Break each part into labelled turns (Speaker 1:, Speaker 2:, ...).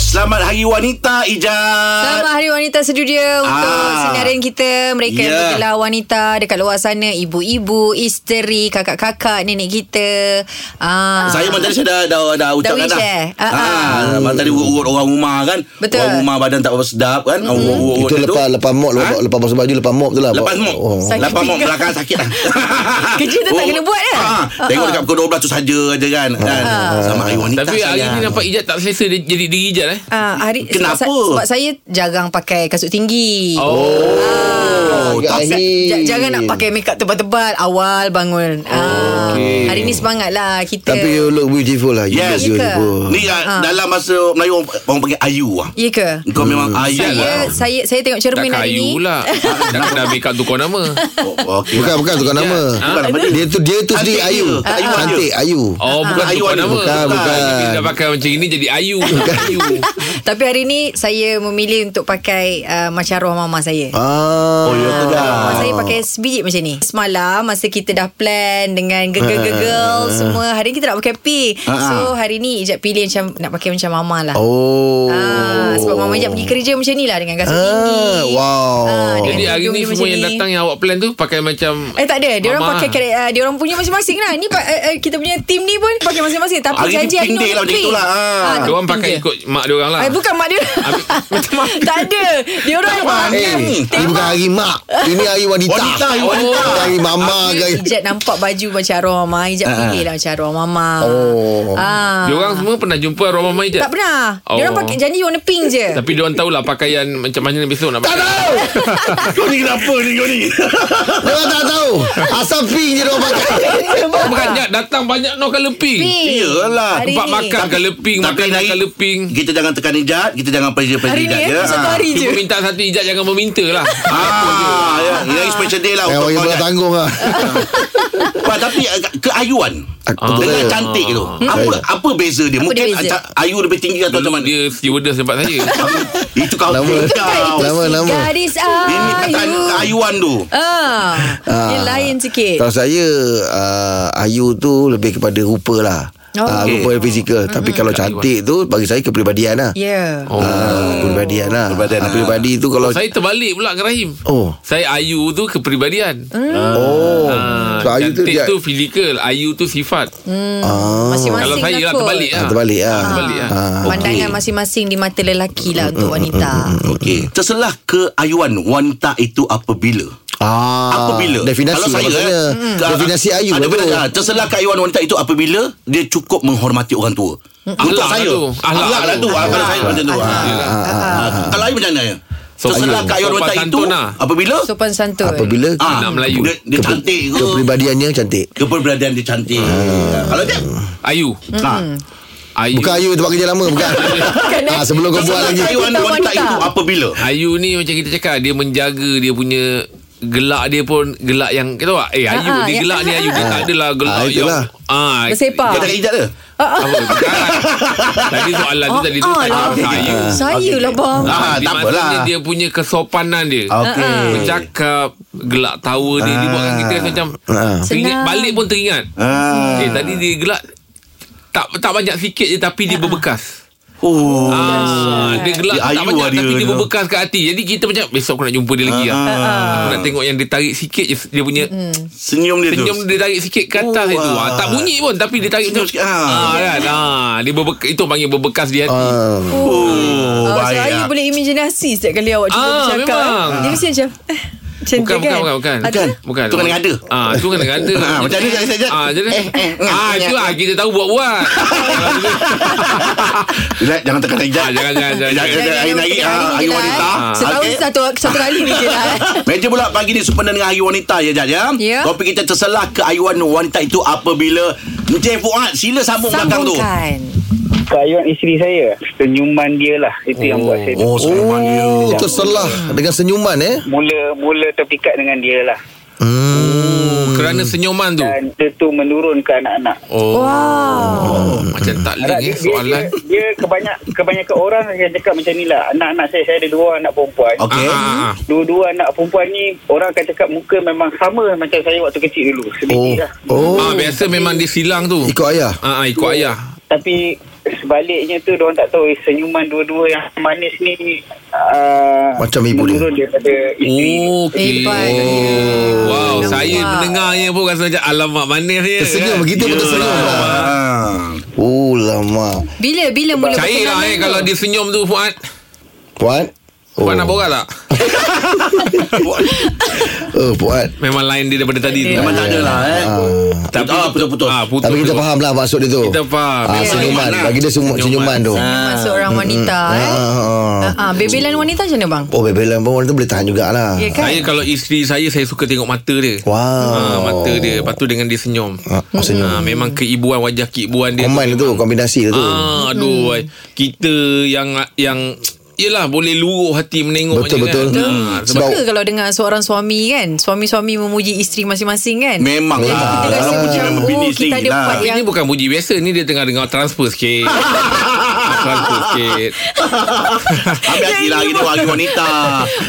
Speaker 1: Selamat Hari Wanita Ijaz.
Speaker 2: Selamat Hari Wanita Sedunia untuk
Speaker 1: Ah.
Speaker 2: sinarin kita. Mereka yeah. yang
Speaker 1: Ya.
Speaker 2: bergelar wanita dekat luar sana. Ibu-ibu, isteri, kakak-kakak, nenek kita. Ah.
Speaker 1: Saya malam tadi saya dah dah, dah ucapkan
Speaker 2: wish,
Speaker 1: dah.
Speaker 2: eh? Ah,
Speaker 1: Ah, malam
Speaker 3: Hmm.
Speaker 1: tadi urut-urut orang rumah kan.
Speaker 2: Betul. Hmm.
Speaker 1: Orang rumah badan tak berapa sedap kan. Mm-hmm. Urut-urut
Speaker 3: Itu lepas lepas mop lepas,
Speaker 1: Ha?
Speaker 3: lepas basuh baju lepas mop tu lah.
Speaker 1: Lepas mop oh.
Speaker 3: Oh.
Speaker 2: Sakit
Speaker 1: Lepas mop
Speaker 2: pinggang.
Speaker 1: belakang sakit lah
Speaker 2: Kerja tu tak kena buat, eh?
Speaker 1: ha, Tengok dekat pukul 12 tu saja je kan,
Speaker 3: Ah.
Speaker 1: kan? Sama hari wanita
Speaker 4: Tapi hari
Speaker 1: sayang.
Speaker 4: ni nampak Ijat tak selesa dia jadi diri Ijat eh.
Speaker 2: Ah, hari
Speaker 1: Kenapa?
Speaker 2: Sebab, sa- sebab saya jarang pakai kasut tinggi. Ah.
Speaker 4: Oh.
Speaker 1: Oh,
Speaker 3: Agak
Speaker 1: tak
Speaker 3: akhir.
Speaker 2: Ja- Jangan nak pakai makeup tebal-tebal Awal bangun ah, Hari ni semangat lah kita
Speaker 1: uh,
Speaker 3: Tapi you look beautiful lah. You
Speaker 1: Yes.
Speaker 3: look
Speaker 2: Ya ke?
Speaker 3: beautiful.
Speaker 1: Ni ah, dalam masa Melayu orang, orang panggil ayu lah.
Speaker 2: Ya ke?
Speaker 1: Kau memang
Speaker 3: Hmm.
Speaker 1: ayu
Speaker 2: Saya,
Speaker 1: lah.
Speaker 2: saya saya tengok
Speaker 4: Tak
Speaker 2: cermin hari ni
Speaker 4: kayu lah. Dah kena make up tukar nama.
Speaker 1: Oh, okay.
Speaker 3: Bukan bukan tukar nama.
Speaker 1: Bukan nama dia.
Speaker 3: Dia tu dia tu sendiri
Speaker 1: Cantik
Speaker 3: Ayu.
Speaker 1: dia. Tak Ayu, Ayu.
Speaker 3: Cantik Ayu.
Speaker 4: Oh, bukan
Speaker 1: Ayu
Speaker 4: tukar
Speaker 1: ada.
Speaker 4: nama.
Speaker 3: Bukan, bukan.
Speaker 4: Jadi Dia dah pakai macam ini jadi ayu. Ayu.
Speaker 2: Tapi hari ni Saya memilih untuk pakai uh, Macam arwah mama saya
Speaker 3: Ah.
Speaker 1: Oh, ya ke dah?
Speaker 2: Ah. Saya pakai sebiji macam ni Semalam Masa kita dah plan Dengan gegel-gegel Semua Hari ni kita nak pakai P
Speaker 1: Ah, ah.
Speaker 2: So hari ni Ijat pilih macam Nak pakai macam mama lah
Speaker 3: Oh.
Speaker 2: Ah, sebab mama Ijat pergi kerja macam ni lah Dengan kasut
Speaker 3: Ah,
Speaker 2: tinggi Ah,
Speaker 3: wow.
Speaker 2: dengan
Speaker 4: Jadi hari
Speaker 2: tudung
Speaker 4: ni
Speaker 2: dia
Speaker 4: semua
Speaker 2: macam
Speaker 4: yang
Speaker 2: ni.
Speaker 4: datang yang awak plan tu pakai macam
Speaker 2: Eh tak ada Dia orang
Speaker 4: Mama.
Speaker 2: pakai kare- uh, Dia orang punya masing-masing lah Ni pa- uh, uh, kita punya tim ni pun Pakai masing-masing Tapi
Speaker 1: Hari ni
Speaker 2: janji hari ni
Speaker 1: pink day
Speaker 2: orang
Speaker 1: lah macam
Speaker 2: pink.
Speaker 1: itulah. Ah.
Speaker 2: Ah,
Speaker 4: Dia orang
Speaker 2: pink
Speaker 4: pakai
Speaker 2: je.
Speaker 4: ikut mak dia orang lah.
Speaker 2: Eh bukan mak dia Tak ada Dia orang
Speaker 3: Eh, ini bukan hari mak. Ini hari wanita.
Speaker 1: Wanita, hari wanita.
Speaker 3: Bukan hari mama ke. hari-
Speaker 2: Ijat nampak baju macam arwah mama Ijat
Speaker 1: Ah.
Speaker 2: pilih lah macam arwah mama
Speaker 3: Oh.
Speaker 2: ah.
Speaker 4: Dia orang semua pernah jumpa arwah mama Ijat?
Speaker 2: Tak pernah Dia orang
Speaker 4: Oh.
Speaker 2: pakai janji warna pink je
Speaker 4: Tapi dia orang tahulah pakaian macam mana besok nak pakai. Tak tahu.
Speaker 1: Kau ni kenapa ni kau ni?
Speaker 3: Dia orang tak tahu. Asal pink je dia orang pakai.
Speaker 4: Bukan Ijat datang banyak no color pink.
Speaker 2: Pink.
Speaker 1: Iyalah.
Speaker 2: Hari
Speaker 4: Tempat
Speaker 2: ni.
Speaker 4: makan color pink,
Speaker 1: Tapi
Speaker 4: makan
Speaker 1: hari
Speaker 4: color pink.
Speaker 1: Kita jangan tekan ijat Kita jangan pressure-pressure
Speaker 2: Hari ni
Speaker 1: ijat
Speaker 2: eh
Speaker 1: ya.
Speaker 2: Satu hari je
Speaker 4: Cuma minta satu Ijat jangan meminta lah.
Speaker 1: Ah, ya. Ini hari special day lah
Speaker 3: Eh,
Speaker 1: untuk
Speaker 3: orang
Speaker 1: kau
Speaker 3: pula
Speaker 1: Ijat.
Speaker 3: tanggung lah.
Speaker 1: Pa, Tapi agak keayuan
Speaker 3: Aku
Speaker 4: Ah.
Speaker 3: betul Ah,
Speaker 1: Dengan
Speaker 3: saya.
Speaker 1: cantik tu Apa apa beza dia? Mungkin
Speaker 2: dia beza?
Speaker 1: aca- ayu lebih tinggi atau macam
Speaker 4: Dulu
Speaker 1: mana?
Speaker 4: dia stewardess tempat saya.
Speaker 1: Itu kau
Speaker 3: Lama.
Speaker 1: kau.
Speaker 3: Lama,
Speaker 2: Si
Speaker 3: lama.
Speaker 2: Gadis
Speaker 1: Ini tekan
Speaker 2: ayu
Speaker 1: keayuan tu
Speaker 2: Ah, Dia lain sikit
Speaker 3: Kalau saya uh, Ayu tu Lebih kepada rupa lah
Speaker 2: Oh.
Speaker 3: oh, uh,
Speaker 1: Okey.
Speaker 3: Rupa dan fizikal mm-hmm. Tapi kalau
Speaker 1: lah.
Speaker 3: cantik tu Bagi saya kepribadian lah
Speaker 2: Ya
Speaker 3: oh. uh, Kepribadian lah
Speaker 1: Kepribadian
Speaker 3: Ah,
Speaker 1: lah.
Speaker 3: Peribadi tu kalau
Speaker 4: Saya terbalik pula dengan Rahim.
Speaker 3: Oh
Speaker 4: Saya Ayu tu kepribadian.
Speaker 2: Hmm.
Speaker 3: Oh
Speaker 4: Ah,
Speaker 3: So Ayu tu dia
Speaker 4: cantik tu fizikal, Ayu tu sifat.
Speaker 2: Hmm.
Speaker 3: ah,
Speaker 2: Masing-masing
Speaker 4: Kalau saya lah
Speaker 2: kot.
Speaker 4: terbalik
Speaker 3: ah,
Speaker 4: lah.
Speaker 3: Terbalik lah
Speaker 4: Terbalik lah.
Speaker 3: Ah.
Speaker 2: Pandangan masing-masing di mata lelaki lah untuk wanita.
Speaker 1: Okey Terselah keayuan wanita itu apabila
Speaker 3: Ah,
Speaker 1: Apabila
Speaker 3: Definasi
Speaker 1: Kalau saya
Speaker 3: maksudnya.
Speaker 1: eh, ah,
Speaker 3: Definasi Ayu
Speaker 1: ah,
Speaker 3: lah
Speaker 1: definasi,
Speaker 3: tu.
Speaker 1: ah, Terselah keayuan wanita itu apabila Dia cukup menghormati orang tua Untuk
Speaker 4: Ahlak
Speaker 1: saya
Speaker 4: lah tu. Ahlak
Speaker 1: Ahlak lah
Speaker 4: tu.
Speaker 1: tu Ah, Kalau saya macam tu Ah.
Speaker 4: Yelah.
Speaker 1: Ah, Kalau Ayu macam mana
Speaker 4: Sopan
Speaker 1: Terselah
Speaker 4: tu.
Speaker 1: keayuan
Speaker 4: Sopan
Speaker 1: wanita itu
Speaker 4: santun lah.
Speaker 1: Apabila
Speaker 2: Sopan santun.
Speaker 3: Apabila
Speaker 1: ah,
Speaker 4: Anak Melayu.
Speaker 1: Dia, dia cantik ke
Speaker 3: Kepribadiannya cantik
Speaker 1: Keberadaan dia cantik Ah, Kalau dia
Speaker 4: Ayu.
Speaker 2: Hmm.
Speaker 1: ah,
Speaker 4: Ayu.
Speaker 3: Bukan Ayu tempat kerja lama Bukan ah, Sebelum kau buat
Speaker 1: Terselah
Speaker 3: lagi
Speaker 1: keayuan
Speaker 2: Wanita,
Speaker 1: wanita
Speaker 2: wanita.
Speaker 1: itu apabila
Speaker 4: Ayu ni macam kita cakap dia menjaga dia punya gelak dia pun gelak yang kita tahu tak? eh Ayu
Speaker 2: Ah,
Speaker 4: dia
Speaker 2: ya.
Speaker 4: gelak ni Ayu dia tak adalah gelak
Speaker 3: Ah,
Speaker 4: yang
Speaker 3: itulah.
Speaker 4: ah
Speaker 2: Bersepak.
Speaker 1: Kau tak ijat ke?
Speaker 4: apa bukan. tadi soalan tu tadi tu
Speaker 2: Ah,
Speaker 4: tadi
Speaker 2: lah.
Speaker 4: Ayu
Speaker 2: Saya lah bang.
Speaker 1: Ah,
Speaker 4: Ah,
Speaker 1: tak
Speaker 4: tak
Speaker 1: apalah.
Speaker 4: apalah. Dia punya kesopanan dia.
Speaker 1: Okey.
Speaker 4: ah. Bercakap, gelak tawa dia. Dia
Speaker 3: Ah.
Speaker 4: buatkan kita rasa macam
Speaker 3: Ah.
Speaker 4: teringat,
Speaker 2: Senang.
Speaker 4: balik pun teringat.
Speaker 1: Ah.
Speaker 4: Eh, tadi dia gelak tak tak banyak sikit je tapi dia berbekas.
Speaker 1: Oh.
Speaker 4: Ah, dia gelak
Speaker 1: Dia
Speaker 4: tak
Speaker 1: ayu
Speaker 4: banyak
Speaker 1: lah dia
Speaker 4: tapi dia
Speaker 1: tu.
Speaker 4: berbekas kat hati. Jadi kita macam besok aku nak jumpa dia lagi ah. Aku nak tengok yang dia tarik sikit je dia punya
Speaker 1: Senyum dia
Speaker 4: Senyum
Speaker 1: tu.
Speaker 4: dia tarik sikit ke atas
Speaker 1: Hmm. Oh,
Speaker 4: itu. Ah,
Speaker 1: ah.
Speaker 4: tak bunyi pun tapi dia tarik
Speaker 1: Senyum
Speaker 4: macam
Speaker 1: sikit, ah.
Speaker 4: ah kan. Ah, dia berbekas itu panggil berbekas di hati.
Speaker 3: Ah.
Speaker 1: Oh,
Speaker 2: Oh, so
Speaker 1: baik.
Speaker 2: Ayu
Speaker 1: lah.
Speaker 2: boleh imajinasi setiap kali awak cuba
Speaker 4: Ah,
Speaker 2: bercakap.
Speaker 4: memang.
Speaker 2: eh. Dia mesti macam... eh, Macam
Speaker 4: Bukan,
Speaker 2: tu kan?
Speaker 4: bukan, bukan, bukan.
Speaker 2: Ada?
Speaker 4: Bukan.
Speaker 1: Tu kadang-ada.
Speaker 4: Ah, tu kadang-ada.
Speaker 1: Ah, macam ni, sekejap, sekejap.
Speaker 4: Ah, jadi.
Speaker 1: Eh, eh, eh,
Speaker 4: ah,
Speaker 1: eh,
Speaker 4: itu
Speaker 1: eh.
Speaker 4: ah kita tahu buat-buat.
Speaker 1: Relax, jangan tekan ijat.
Speaker 4: Ah, jangan, jangan, jangan.
Speaker 1: Jangan, Ayu lagi. ah, Ayu wanita.
Speaker 2: Ah, Setahun
Speaker 1: Okey.
Speaker 2: satu, satu kali ni je lah.
Speaker 1: Meja pula pagi ni sempena dengan ayu wanita ya Jad ya.
Speaker 2: Ya.
Speaker 1: Topik kita terselah keayuan wanita itu apabila Encik Fuad sila sambung belakang tu.
Speaker 2: Sambungkan.
Speaker 5: keayuan isteri saya senyuman dia lah itu oh. yang buat saya
Speaker 1: Oh, senyuman dia.
Speaker 3: Oh, terselah dengan senyuman eh.
Speaker 5: mula mula terpikat dengan dia lah
Speaker 3: Hmm.
Speaker 4: Oh, Kerana senyuman tu.
Speaker 5: Dan tentu menurun ke anak-anak
Speaker 4: Oh.
Speaker 2: Wow.
Speaker 4: oh. Macam tak link eh
Speaker 5: Harap dia, dia, dia,
Speaker 4: soalan.
Speaker 5: dia kebanyak, kebanyakan orang yang cakap macam ni lah Anak-anak saya, saya ada dua anak perempuan
Speaker 1: Okey.
Speaker 4: Ah, ah, ah.
Speaker 5: Dua-dua anak perempuan ni Orang akan cakap muka memang sama macam saya waktu kecil dulu
Speaker 3: Oh.
Speaker 5: Sedikit lah
Speaker 3: Oh.
Speaker 4: Ah, biasa memang dia silang tu.
Speaker 3: Ikut ayah.
Speaker 4: Ah, ah, ikut ayah.
Speaker 5: Tapi sebaliknya tu orang tak tahu eh, senyuman dua-dua yang manis ni uh,
Speaker 3: Macam ibu dia.
Speaker 5: menurun daripada isteri.
Speaker 4: Okey.
Speaker 2: Hebat.
Speaker 4: Oh. Wow,
Speaker 2: Nampak.
Speaker 4: saya mendengarnya pun rasa macam alamak ya. manisnya.
Speaker 3: Tersenyum begitu pun
Speaker 1: Yelah.
Speaker 3: tersenyum.
Speaker 1: Ah.
Speaker 3: Oh lama.
Speaker 2: Bila bila mula
Speaker 4: Cair lah eh
Speaker 2: perkenalan tu?
Speaker 4: kalau dia senyum tu Fuad.
Speaker 3: Puan. Oh.
Speaker 4: Fuad nak borak tak?
Speaker 3: Eh, puan.
Speaker 4: Memang lain dia daripada tadi tu.
Speaker 1: Memang tak ada lah eh. Tapi ah, putus-putus.
Speaker 4: Ah, putus.
Speaker 3: Tapi kita faham lah maksud dia tu.
Speaker 4: Kita faham.
Speaker 3: Ah,
Speaker 4: Memang
Speaker 3: senyuman.
Speaker 4: senyuman Ah. lah.
Speaker 3: Bagi dia senyum- senyuman tu.
Speaker 2: Senyuman seorang wanita eh.
Speaker 3: Ah.
Speaker 2: Ah, ah, bebelan wanita macam mana bang?
Speaker 3: Oh, bebelan pun orang tu boleh tahan jugalah.
Speaker 2: Ya kan?
Speaker 4: Saya kalau isteri saya Saya suka tengok mata dia
Speaker 3: Wow.
Speaker 4: Ah, Mata dia Lepas tu dengan dia senyum
Speaker 3: Ah, senyum.
Speaker 4: Ah, Memang keibuan Wajah keibuan dia
Speaker 3: Combine tu, kombinasi dia tu.
Speaker 4: ah, Aduh hmm. Kita yang yang Yelah boleh luruh hati menengok
Speaker 3: Betul,
Speaker 4: je kan.
Speaker 3: betul.
Speaker 4: Ah,
Speaker 3: Hmm.
Speaker 4: sebab
Speaker 2: Suka kalau dengar seorang suami kan Suami-suami memuji isteri masing-masing kan
Speaker 1: Memang
Speaker 2: Jadi
Speaker 1: lah.
Speaker 2: kita rasa
Speaker 1: Kalau puji
Speaker 2: macam
Speaker 1: memang bini
Speaker 2: Oh
Speaker 1: isteri
Speaker 2: kita ada
Speaker 1: lah.
Speaker 2: part
Speaker 4: Yang...
Speaker 2: yang
Speaker 4: Ini bukan puji biasa Ni dia tengah dengar transfer sikit Transfer sikit
Speaker 1: Ambil hati lah kita bagi wanita.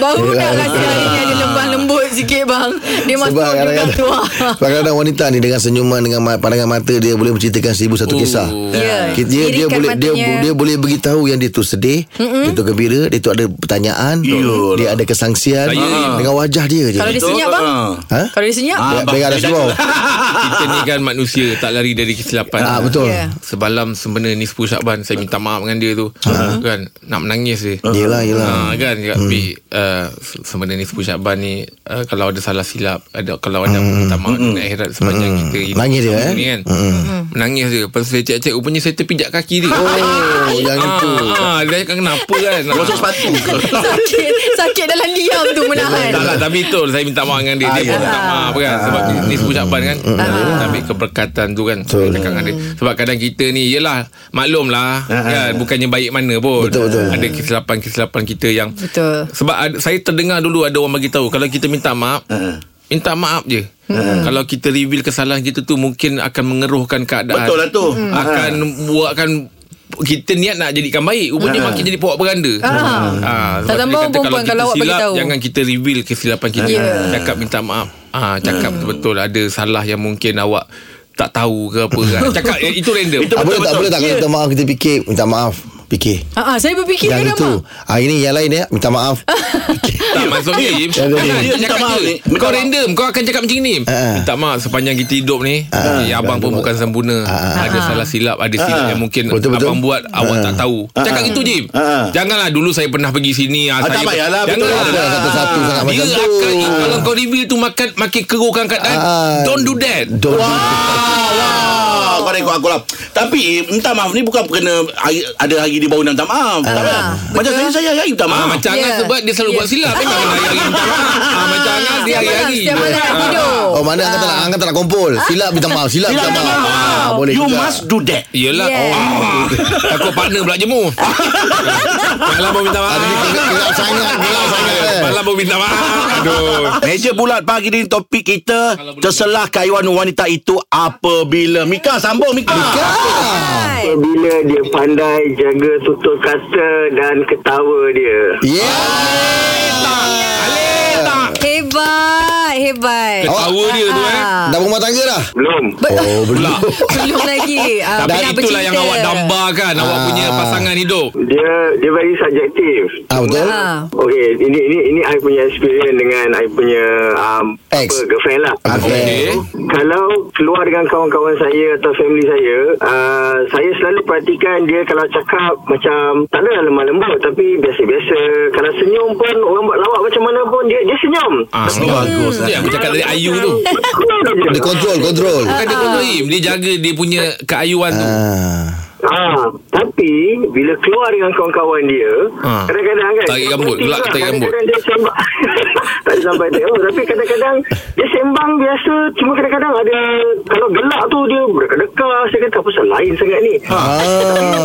Speaker 2: Baru nak
Speaker 3: Yelah.
Speaker 2: rasa hari ni ada lembang lembut sikit bang Dia masuk
Speaker 3: Sebab
Speaker 2: juga
Speaker 3: kadang-kadang
Speaker 2: tu ah.
Speaker 3: Sebab kadang-kadang wanita ni Dengan senyuman Dengan ma- pandangan mata Dia boleh menceritakan seribu satu
Speaker 4: Oh.
Speaker 3: kisah
Speaker 2: Ya.
Speaker 3: Ki- dia, dia,
Speaker 2: Irikan
Speaker 3: boleh, dia,
Speaker 2: matanya.
Speaker 3: dia boleh beritahu Yang dia tu sedih Dia tu gembira Dia tu ada pertanyaan
Speaker 1: Iyalah.
Speaker 3: Dia ada kesangsian
Speaker 4: Saya-
Speaker 3: Dengan wajah dia je
Speaker 2: Kalau dia senyap bang
Speaker 1: Ah.
Speaker 3: Ha?
Speaker 2: Kalau dia senyap
Speaker 1: Ah,
Speaker 3: Dia- Dia ada surau
Speaker 4: Kita ni kan manusia Tak lari dari kesilapan
Speaker 3: Ah, Betul
Speaker 2: Ya.
Speaker 4: Semalam sebenarnya ni 10 Syakban Saya minta maaf dengan dia tu
Speaker 3: Ah.
Speaker 4: Kan Nak menangis dia
Speaker 3: Yelah yelah
Speaker 4: Ha, kan cakap hmm. Bi, uh, se- sebenarnya ni 10 Syakban ni uh, kalau ada salah silap ada kalau ada hmm. minta maaf dengan akhirat sepanjang kita hidup
Speaker 3: Nangis dia,
Speaker 4: sama
Speaker 3: eh?
Speaker 4: ni kan menangis dia lepas tu saya cek-cek rupanya saya terpijak kaki dia
Speaker 3: Oh yang itu
Speaker 4: ah, ah, dia cakap kenapa kan
Speaker 1: Bocor sepatu.
Speaker 2: Sakit Sakit dalam diam tu menahan
Speaker 4: tak lah Tapi betul Saya minta maaf dengan dia Dia pun minta maaf kan Sebab ni sebut Syaban kan Tapi keberkatan tu kan Saya cakap dengan dia Sebab kadang kita ni Yelah Maklum lah kan, Bukannya baik mana pun
Speaker 3: Betul-betul.
Speaker 4: Ada kesilapan-kesilapan kita yang
Speaker 2: Betul
Speaker 4: Sebab ada, saya terdengar dulu Ada orang bagi tahu Kalau kita minta maaf Minta maaf je
Speaker 1: Hmm.
Speaker 4: Kalau kita reveal kesalahan kita tu Mungkin akan mengeruhkan keadaan Hmm.
Speaker 1: Betul lah tu. Hmm.
Speaker 4: Akan buatkan kita niat nak jadikan baik Rupanya makin jadi puak beranda ha,
Speaker 2: Ah. Tak tambah perempuan kalau awak bagi tahu.
Speaker 4: Jangan kita reveal kesilapan kita
Speaker 2: Ya.
Speaker 4: Cakap minta maaf ha, Cakap
Speaker 1: Hmm.
Speaker 4: betul-betul Ada salah yang mungkin awak Tak tahu ke apa kan Cakap eh, itu random
Speaker 1: Itu
Speaker 3: Ah,
Speaker 1: betul,
Speaker 3: Boleh tak
Speaker 1: betul.
Speaker 3: boleh tak Kalau minta maaf kita fikir Minta maaf Fikir
Speaker 2: Ah, ah, saya berfikir kadang
Speaker 3: Yang itu
Speaker 2: bang
Speaker 3: ah, Ini yang lain ya Minta maaf
Speaker 4: Tak masuk ni
Speaker 3: Ya, ya, ya.
Speaker 4: Dia
Speaker 1: Minta
Speaker 4: cakap
Speaker 1: maaf ni.
Speaker 4: je
Speaker 1: Minta
Speaker 4: Kau
Speaker 1: maaf.
Speaker 4: random Kau akan cakap macam ni
Speaker 3: Ah.
Speaker 4: Minta maaf Sepanjang kita hidup ni
Speaker 3: Ah.
Speaker 4: ya, Abang pun
Speaker 3: Dah,
Speaker 4: bukan sempurna
Speaker 3: Ah.
Speaker 4: Ada salah silap Ada silap yang mungkin
Speaker 3: Betul, betul. Ah,
Speaker 4: Abang buat Awak tak tahu Cakap gitu Jim
Speaker 1: Ah.
Speaker 4: Janganlah dulu saya pernah pergi sini ah,
Speaker 1: Ah,
Speaker 4: saya
Speaker 1: tak payahlah, betul
Speaker 4: Janganlah Ah,
Speaker 3: lah. Satu-satu sangat
Speaker 4: Dia
Speaker 3: macam tu.
Speaker 4: akan Kalau kau review tu makan Makin keruhkan keadaan
Speaker 3: Ah.
Speaker 4: Don't do that
Speaker 3: Don't
Speaker 1: Alah, Kau dah ikut aku lah Tapi minta maaf ni bukan kena hari- Ada hari dia baru nak minta maaf Tak
Speaker 3: Ah,
Speaker 1: payah. Macam saya saya hari minta
Speaker 4: Ah,
Speaker 1: maaf
Speaker 4: macam
Speaker 2: Ya.
Speaker 4: Angas sebab dia selalu
Speaker 2: Ya.
Speaker 4: buat silap Memang kena hari-hari minta maaf. Ah, Macam Angas dia
Speaker 2: Setiap malam
Speaker 4: hari-hari
Speaker 2: Setiap malam nak
Speaker 4: Ah.
Speaker 2: tidur
Speaker 3: Oh mana angkat tak
Speaker 2: Ah.
Speaker 3: nak Angkat tak nak kumpul Silap minta maaf Silap minta maaf Ah, Boleh
Speaker 1: You
Speaker 3: juga.
Speaker 1: must do that
Speaker 4: Yelah
Speaker 2: Yeah.
Speaker 4: oh, Takut partner pula jemu Malam pun minta maaf
Speaker 3: Dia gelap- Gelap sangat Gelap sangat eh.
Speaker 4: Malam pun minta maaf Aduh
Speaker 1: Meja bulat pagi ni topik kita Terselah kayuan wanita itu apabila Mika sambung Mika, Ah, Mika.
Speaker 2: Hai.
Speaker 6: Bila dia pandai jaga tutur kata dan ketawa dia.
Speaker 3: Yeah
Speaker 4: Eh,
Speaker 2: Hebat Hebat Ah,
Speaker 4: Ketawa dia tu eh
Speaker 3: Dah berumah tangga dah
Speaker 6: Belum.
Speaker 3: Oh belum
Speaker 2: Belum lagi Ah,
Speaker 4: Tapi
Speaker 2: nak
Speaker 4: itulah
Speaker 2: bercinta.
Speaker 4: yang
Speaker 2: Ah.
Speaker 4: awak dambakan Awak punya pasangan hidup
Speaker 6: Dia dia very subjektif.
Speaker 3: Ah betul
Speaker 2: Ah.
Speaker 6: Okey, ini ini ini I punya experience dengan I punya um,
Speaker 3: Ex.
Speaker 6: apa girlfriend lah.
Speaker 3: Okay
Speaker 4: Okay
Speaker 6: Kalau keluar dengan kawan-kawan saya atau family saya, uh, saya selalu perhatikan dia kalau cakap macam tak ada lemah lembut tapi biasa-biasa. Kalau senyum pun orang buat lawak macam mana pun dia dia senyum.
Speaker 4: Ah,
Speaker 1: Itu bagus
Speaker 4: Itu yang aku cakap tadi Ayu tu
Speaker 3: Dia kontrol Kontrol
Speaker 4: Bukan dia kontrolim Dia jaga dia punya keayuan tu
Speaker 3: Ah.
Speaker 6: Ah, tapi bila keluar dengan kawan-kawan dia,
Speaker 4: Ah.
Speaker 6: kadang-kadang kan
Speaker 4: Tarik rambut,
Speaker 6: seperti
Speaker 4: gelak
Speaker 6: lah,
Speaker 4: tarik rambut.
Speaker 6: Kadang-kadang dia sembang. tak ada sampai tarik rambut, tapi kadang-kadang dia sembang biasa, cuma kadang-kadang ada kalau gelak tu dia berdeka-deka, saya kata apa pasal lain sangat ni.
Speaker 3: Ah.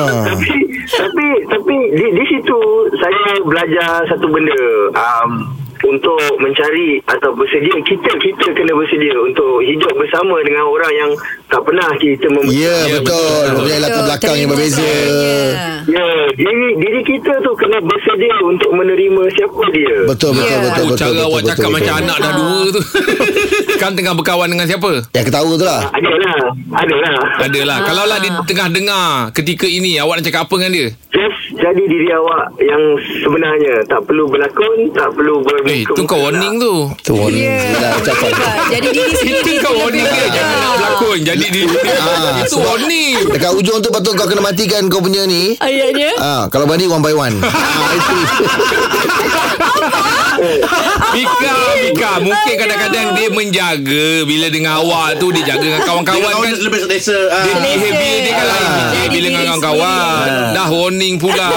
Speaker 6: Tapi tapi tapi di, di situ saya belajar satu benda. Um, untuk mencari atau bersedia kita kita kena bersedia untuk hidup bersama dengan orang yang tak pernah kita mem-
Speaker 3: Ya
Speaker 4: Ya,
Speaker 3: betul
Speaker 4: betul.
Speaker 3: Mempunyai latar belakang yang
Speaker 2: terima
Speaker 3: berbeza
Speaker 2: saya.
Speaker 6: Ya, diri diri kita tu kena bersedia untuk menerima siapa dia.
Speaker 3: Betul betul
Speaker 2: Ya.
Speaker 3: betul
Speaker 4: Oh,
Speaker 3: betul
Speaker 4: cara
Speaker 3: betul,
Speaker 4: awak
Speaker 3: betul,
Speaker 4: cakap
Speaker 3: betul.
Speaker 4: macam anak dah
Speaker 2: Ah.
Speaker 4: dua tu. kan tengah berkawan dengan siapa?
Speaker 3: Yang ketawa tu lah
Speaker 6: Adalah, adalah.
Speaker 4: Adalah. Kalau lah dia tengah dengar ketika ini, awak nak cakap apa dengan dia?
Speaker 6: Just jadi diri awak yang sebenarnya. Tak perlu berlakon, tak perlu bermuka.
Speaker 4: Eh, tu kau warning tu.
Speaker 3: Tu warning
Speaker 2: Ya.
Speaker 3: Yelah, ucapan
Speaker 2: Hebat. Jadi diri sendiri.
Speaker 4: Itu kau warning dia. Jangan nak berlakon. Jadi dia.
Speaker 3: Ah,
Speaker 4: Itu
Speaker 3: sebab-
Speaker 4: warning.
Speaker 3: Dekat ujung tu Patut kau kena matikan Kau punya ni
Speaker 2: Ayatnya
Speaker 3: Ah, kalau berani one by one. ah, itu.
Speaker 4: Mika, Mika. Mungkin kadang-kadang dia menjaga bila dengan awak tu. Dia jaga dengan kawan-kawan
Speaker 1: Kawan
Speaker 4: kan.
Speaker 1: lebih selesa ah.
Speaker 4: Dia behavior dia kan lain
Speaker 2: Ah.
Speaker 4: Dia bila dengan kawan-kawan. Dah warning pula.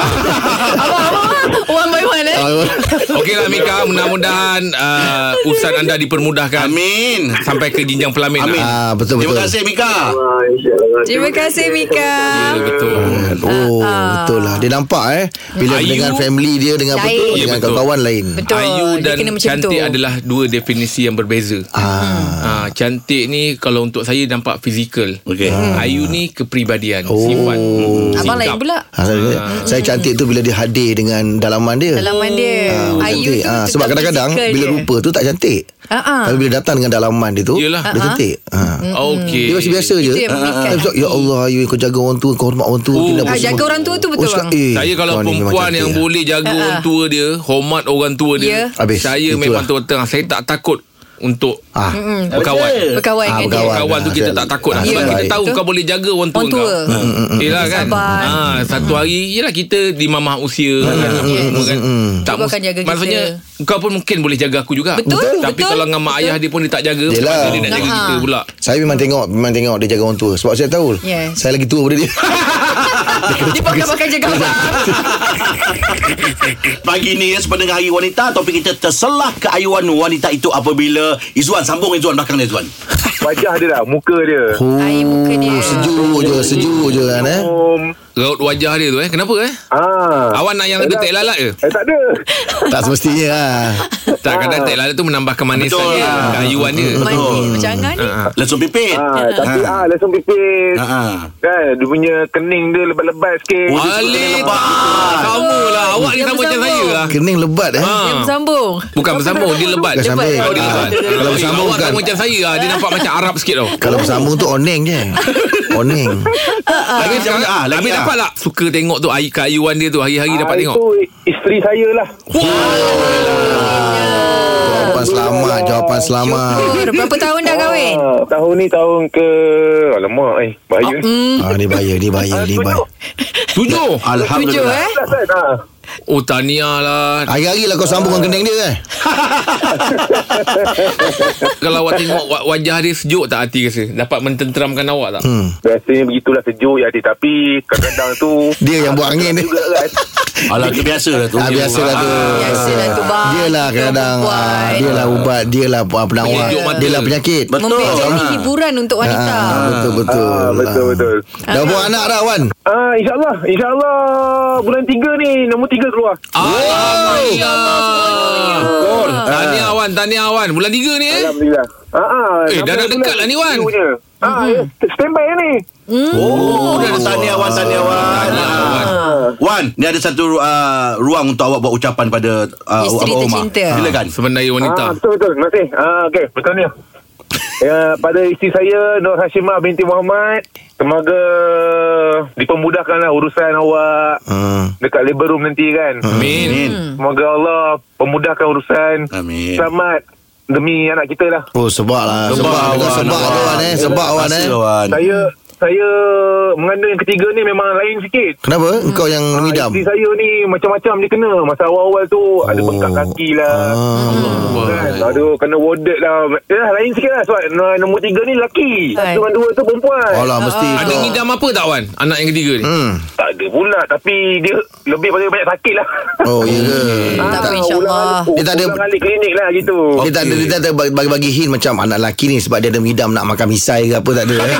Speaker 2: One by one
Speaker 3: Ah.
Speaker 2: eh
Speaker 4: Okeylah lah, Mika, mudah-mudahan uh, urusan anda dipermudahkan.
Speaker 1: Amin
Speaker 4: Sampai ke jinjang pelamin.
Speaker 1: Amin.
Speaker 3: ah,
Speaker 4: Ah.
Speaker 3: betul betul.
Speaker 1: Terima kasih Mika
Speaker 6: Ah, insyaAllah.
Speaker 2: Terima kasih Mika
Speaker 4: Ya, betul.
Speaker 3: Oh, betul lah. Dia nampak eh bila
Speaker 4: Ayu-
Speaker 3: dengan family dia dengan
Speaker 2: Lain.
Speaker 3: betul
Speaker 2: Ya,
Speaker 3: dengan
Speaker 4: betul.
Speaker 3: kawan-kawan lain.
Speaker 2: Betul
Speaker 4: Ayu
Speaker 2: Dia
Speaker 4: dan
Speaker 2: kena macam
Speaker 4: cantik
Speaker 2: tu.
Speaker 4: adalah dua definisi yang berbeza.
Speaker 3: Ah.
Speaker 4: Ah, cantik ni kalau untuk saya nampak fizikal. Ah.
Speaker 1: Okey.
Speaker 4: Ayu ni kepribadian,
Speaker 3: Oh.
Speaker 4: sifat.
Speaker 2: Abang lain
Speaker 4: sikap.
Speaker 2: pula
Speaker 3: Ah, saya, saya cantik tu bila dia hadir dengan dalaman dia.
Speaker 2: Dalaman dia
Speaker 3: Ah,
Speaker 2: Ayu
Speaker 3: cantik.
Speaker 2: tu
Speaker 3: Ah,
Speaker 2: tetap
Speaker 3: sebab kadang-kadang
Speaker 2: fizikal
Speaker 3: bila
Speaker 2: dia.
Speaker 3: rupa tu tak cantik.
Speaker 2: Ah, ah. Hmm.
Speaker 3: Tapi bila datang dengan dalaman dia tu,
Speaker 4: Yelah.
Speaker 3: dia cantik. Ah.
Speaker 4: Okey.
Speaker 3: Dia masih biasa je.
Speaker 2: Eh, Itu yang memikat.
Speaker 3: Dia cakap, ya Allah, Ayu kau jaga orang tua, kau hormat orang tua.
Speaker 4: Oh.
Speaker 3: Kena apa
Speaker 4: Ah,
Speaker 3: semua.
Speaker 2: jaga orang tua tu betul,
Speaker 3: cakap,
Speaker 2: bang.
Speaker 3: eh,
Speaker 4: Saya kalau
Speaker 3: kau ni memang
Speaker 4: perempuan
Speaker 3: cantik
Speaker 4: yang
Speaker 3: lah.
Speaker 4: boleh jaga orang tua dia, hormat orang tua dia.
Speaker 2: Ah, Ya.
Speaker 3: Habis,
Speaker 4: Saya
Speaker 3: itulah.
Speaker 4: memang tua tengah. Saya tak takut untuk
Speaker 3: Ah.
Speaker 4: Eh, berkawan.
Speaker 2: Berkawan
Speaker 3: Ah,
Speaker 2: dengan dia
Speaker 3: berkawan.
Speaker 4: Kawan tu kita
Speaker 3: Ah,
Speaker 4: tak takut lah.
Speaker 3: ah,
Speaker 4: Sebab
Speaker 3: baik.
Speaker 4: kita tahu
Speaker 2: Betul.
Speaker 4: kau boleh jaga orang tua
Speaker 2: Orang tua. Hmm,
Speaker 4: kau. Yelah kan
Speaker 2: Sabar. Hmm.
Speaker 4: ha, Satu hari Yelah kita di mamah usia kan, apa
Speaker 2: Yes.
Speaker 4: semua kan. Tak
Speaker 2: hmm, Dia akan
Speaker 4: mus-
Speaker 2: jaga kita.
Speaker 4: Maksudnya Kau pun mungkin boleh jaga aku juga
Speaker 2: Betul, Betul.
Speaker 4: Tapi
Speaker 2: betul.
Speaker 4: kalau dengan mak ayah dia pun Dia tak jaga macam
Speaker 3: Yelah.
Speaker 4: mana Dia nak jaga
Speaker 2: Nah.
Speaker 4: kita pula
Speaker 3: Saya memang tengok Memang tengok dia jaga orang tua Sebab saya tahu
Speaker 2: Yes.
Speaker 3: Saya lagi tua daripada dia
Speaker 2: Dia pakai-pakai jaga abang
Speaker 1: Pagi ni ya, sepanjang hari wanita Topik kita terselah keayuan wanita itu apabila Izzuan sambung Izzuan belakang dia Izzuan
Speaker 7: Wajah dia lah Muka dia
Speaker 2: Air muka dia
Speaker 3: Oh, Sejuk je Sejuk je kan eh
Speaker 7: um,
Speaker 4: Raut wajah dia tu eh Kenapa eh
Speaker 7: ah.
Speaker 4: Awak nak yang ada tek lalat ke?
Speaker 7: Eh tak ada
Speaker 3: Tak semestinya lah
Speaker 4: Tak kadang tek lalat tu menambah kemanisan
Speaker 1: Betul.
Speaker 4: dia Kayuan dia
Speaker 2: Manis macam Angah ni
Speaker 1: Lesung pipit
Speaker 7: ah, Tapi ah, Lesung pipis
Speaker 1: Ha, ha.
Speaker 7: Kan Dia punya kening dia Lebat-lebat sikit
Speaker 1: Oh,
Speaker 4: Alih Sama lah Awak ni
Speaker 2: Yang
Speaker 4: sama macam saya
Speaker 2: bersambung.
Speaker 4: lah
Speaker 3: Kening lebat eh
Speaker 4: Ah.
Speaker 2: Yang bersambung
Speaker 4: Bukan bersambung Dia lebat
Speaker 3: Bukan sambung.
Speaker 4: Oh dia
Speaker 3: Ah, betul,
Speaker 4: lebat
Speaker 3: betul.
Speaker 4: Kalau
Speaker 3: Kalau
Speaker 4: bersambung
Speaker 3: bersambung
Speaker 4: Awak tak
Speaker 3: kan.
Speaker 4: macam saya lah. Dia nampak macam Arab sikit tau
Speaker 3: Kalau bersambung tu oneng je Oneng
Speaker 4: Eh,
Speaker 1: Lagi
Speaker 4: Lagi sekarang
Speaker 1: ah,
Speaker 4: Habis
Speaker 1: lagi
Speaker 4: dapat lah.
Speaker 1: dapat
Speaker 4: tak Suka tengok tu air kayuan dia tu Hari-hari dapat
Speaker 7: Ah,
Speaker 4: tengok
Speaker 7: Itu isteri saya lah
Speaker 3: Jawapan selamat Jawapan selamat
Speaker 2: Syukur. Berapa tahun dah kahwin?
Speaker 7: ah, Tahun ni tahun ke Alamak eh Bahaya ni
Speaker 2: Mm.
Speaker 3: ah, Ni bahaya Ni bahaya Ni bahaya
Speaker 4: Tujuh
Speaker 2: Tujuh
Speaker 1: Alhamdulillah
Speaker 2: eh
Speaker 7: Kan, ah.
Speaker 4: Oh tahniah lah
Speaker 3: Hari-hari lah kau sambung dengan kening dia kan
Speaker 4: Kalau awak tengok wa- wajah dia sejuk tak hati rasa Dapat mententeramkan awak tak
Speaker 3: hmm.
Speaker 7: Biasanya begitulah sejuk ya adik Tapi kadang-kadang tu
Speaker 3: Dia yang buat angin dia
Speaker 7: juga kan
Speaker 1: Alah tu biasa lah tu
Speaker 3: Ah, biasalah tu
Speaker 2: Biasalah tu, bang.
Speaker 3: Dialah
Speaker 2: Kita
Speaker 3: kadang-kadang ah,
Speaker 2: perempuan.
Speaker 3: Dialah ubat Dialah ah, penawar
Speaker 4: Penyejuk mata.
Speaker 3: Dialah penyakit
Speaker 1: Betul.
Speaker 2: Membeja ni
Speaker 1: Ah.
Speaker 2: hiburan untuk wanita
Speaker 3: Ah, Betul-betul
Speaker 7: ah, Betul-betul
Speaker 3: Dah buat anak dah Wan
Speaker 7: ah, InsyaAllah InsyaAllah Bulan 3 ni Nombor 3 keluar
Speaker 4: Ah, Alhamdulillah Tahniah Wan Tahniah Wan Bulan tiga ni eh
Speaker 7: Alhamdulillah ah, ah,
Speaker 4: Eh, dah- dah
Speaker 7: bulan
Speaker 4: dekat lah ni, Wan. Mhm. Hmm.
Speaker 7: punya. Ah, ya. stand by ni
Speaker 1: Oh, dah ada tahniah Wan, tahniah Wan.
Speaker 4: Tahniah Wan
Speaker 1: Wan, ni ada satu uh, ruang untuk awak buat ucapan pada uh,
Speaker 2: Isteri
Speaker 1: abang Omar.
Speaker 2: tercinta.
Speaker 1: Silakan.
Speaker 4: Sebenarnya wanita
Speaker 7: Ah, betul betul. Terima kasih. Ah okey, betul ni. Ya, pada isteri saya Nur Hashimah binti Muhammad Semoga Dipermudahkanlah urusan awak
Speaker 3: hmm.
Speaker 7: Dekat labor room nanti kan
Speaker 4: Amin
Speaker 1: Amin.
Speaker 7: Semoga Allah Pemudahkan urusan
Speaker 1: Amin.
Speaker 7: Selamat Demi anak kita lah
Speaker 3: Oh sebab lah
Speaker 1: Sebab,
Speaker 3: Sebab Sebab,
Speaker 1: Wan, Wan.
Speaker 3: sebab tu Wan eh Sebab Wan
Speaker 1: Terima
Speaker 3: eh
Speaker 1: kasih, lah, Wan.
Speaker 7: Saya Saya Mengandung yang ketiga ni Memang lain sikit
Speaker 3: Kenapa? Engkau yang ngidam
Speaker 7: Ah, Isteri saya ni Macam-macam dia kena Masa awal-awal tu Ada
Speaker 3: Oh.
Speaker 7: bengkak kaki lah
Speaker 3: Ah.
Speaker 7: Kan? Aduh kena warded lah Yalah lain sikit lah Sebab no- nombor tiga ni lelaki
Speaker 2: Hai.
Speaker 7: Satu dengan dua tu perempuan
Speaker 3: Alah mesti
Speaker 4: Ah. Ada
Speaker 3: kau
Speaker 4: ngidam apa tak Wan Anak yang ketiga ni
Speaker 3: Hmm.
Speaker 7: Tak ada pula Tapi dia Lebih banyak, banyak sakit lah
Speaker 3: Oh ya ke
Speaker 2: Tak apa,
Speaker 7: Ah,
Speaker 2: insyaAllah.
Speaker 7: ulang-
Speaker 3: Dia tak ada-
Speaker 7: Ulang kali klinik lah gitu
Speaker 3: Dia tak Oh, ada Dia tak ada bagi-bagi hint Macam anak lelaki ni Sebab dia ada ngidam Nak makan misai ke apa Tak ada eh.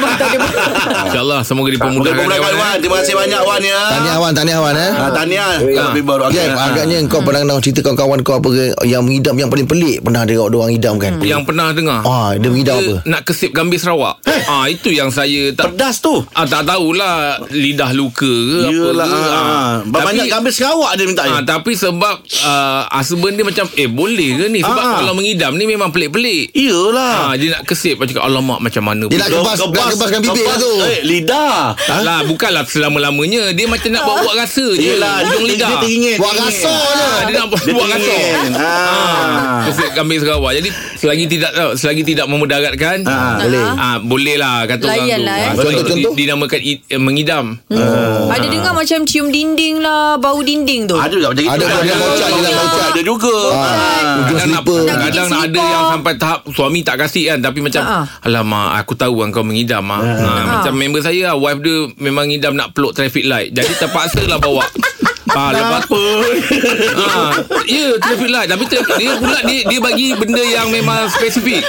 Speaker 4: InsyaAllah semoga dipermudahkan
Speaker 1: Mudah-mudahan
Speaker 4: kawan,
Speaker 1: Wan
Speaker 4: eh.
Speaker 1: Terima kasih banyak Wan ya
Speaker 3: Tahniah Wan, tahniah Wan eh.
Speaker 1: Ah, Tahniah Tapi baru
Speaker 3: Okay,
Speaker 1: akhirnya.
Speaker 3: Kan,
Speaker 1: ha.
Speaker 3: agaknya kau pernah dengar cerita kawan-kawan kau apa ke- yang mengidam yang paling pelik pernah ada orang idam kan?
Speaker 4: Yang pernah dengar
Speaker 3: Ah, dia mengidam
Speaker 4: Dia
Speaker 3: apa?
Speaker 4: nak kesip gambir Sarawak
Speaker 1: Eh?
Speaker 4: Ah Itu yang saya tak
Speaker 1: Pedas tu
Speaker 4: Ah, tak tahulah lidah luka ke
Speaker 1: Yelah
Speaker 4: apa ke.
Speaker 1: ah. Banyak ambil Sarawak dia minta ya.
Speaker 4: Ah, tapi sebab uh, husband dia macam eh boleh ke ni sebab
Speaker 1: Ah. Ya.
Speaker 4: kalau mengidam ni memang pelik-pelik.
Speaker 1: Iyalah
Speaker 4: Ah, dia nak kesip Dia cakap Alamak macam mana
Speaker 3: Dia nak
Speaker 4: pula?"
Speaker 3: kebas, nak kebaskan bibir lah tu.
Speaker 1: Eh lidah
Speaker 4: Lah bukanlah selama-lamanya Dia macam nak buat-buat rasa je
Speaker 1: Yelah
Speaker 4: Hujung
Speaker 1: dia-
Speaker 4: lidah
Speaker 1: Dia teringin
Speaker 3: Buat
Speaker 1: teringin.
Speaker 3: rasa je.
Speaker 4: Ah, Dia nak buat,
Speaker 1: Dia
Speaker 4: buat rasa
Speaker 1: teringin.
Speaker 4: Ah. Kesip kambing Sarawak Jadi selagi tidak eh, selagi tidak memudaratkan
Speaker 1: Ah,
Speaker 3: boleh.
Speaker 4: ah, Boleh lah kata
Speaker 2: Layan
Speaker 4: orang tu
Speaker 2: lah, eh.
Speaker 4: Ah, sebab itu
Speaker 3: Contoh-contoh?
Speaker 4: di- Dinamakan i- eh, mengidam
Speaker 2: Ada Ah, dengar macam cium dinding lah Bau dinding tu
Speaker 1: Ada Ah, juga macam
Speaker 3: Ada
Speaker 1: gitu
Speaker 3: ada
Speaker 1: Ada.
Speaker 3: yang bocah dia nak bocah.
Speaker 1: Ada juga Ah.
Speaker 3: Ujung
Speaker 4: Kadang, nak,
Speaker 3: slipper.
Speaker 4: kadang
Speaker 2: Nak gigit
Speaker 4: ada
Speaker 2: selipar.
Speaker 4: yang sampai tahap Suami tak kasih kan Tapi macam
Speaker 2: Ah.
Speaker 4: Alamak aku tahu kan kau mengidam ah. Ah, Macam member saya lah Wife dia memang ngidam Nak peluk traffic light Jadi terpaksa lah bawa Ah, lepas
Speaker 1: Apa
Speaker 4: Ah, ya traffic light Tapi traffic, dia pula dia, dia bagi benda yang memang spesifik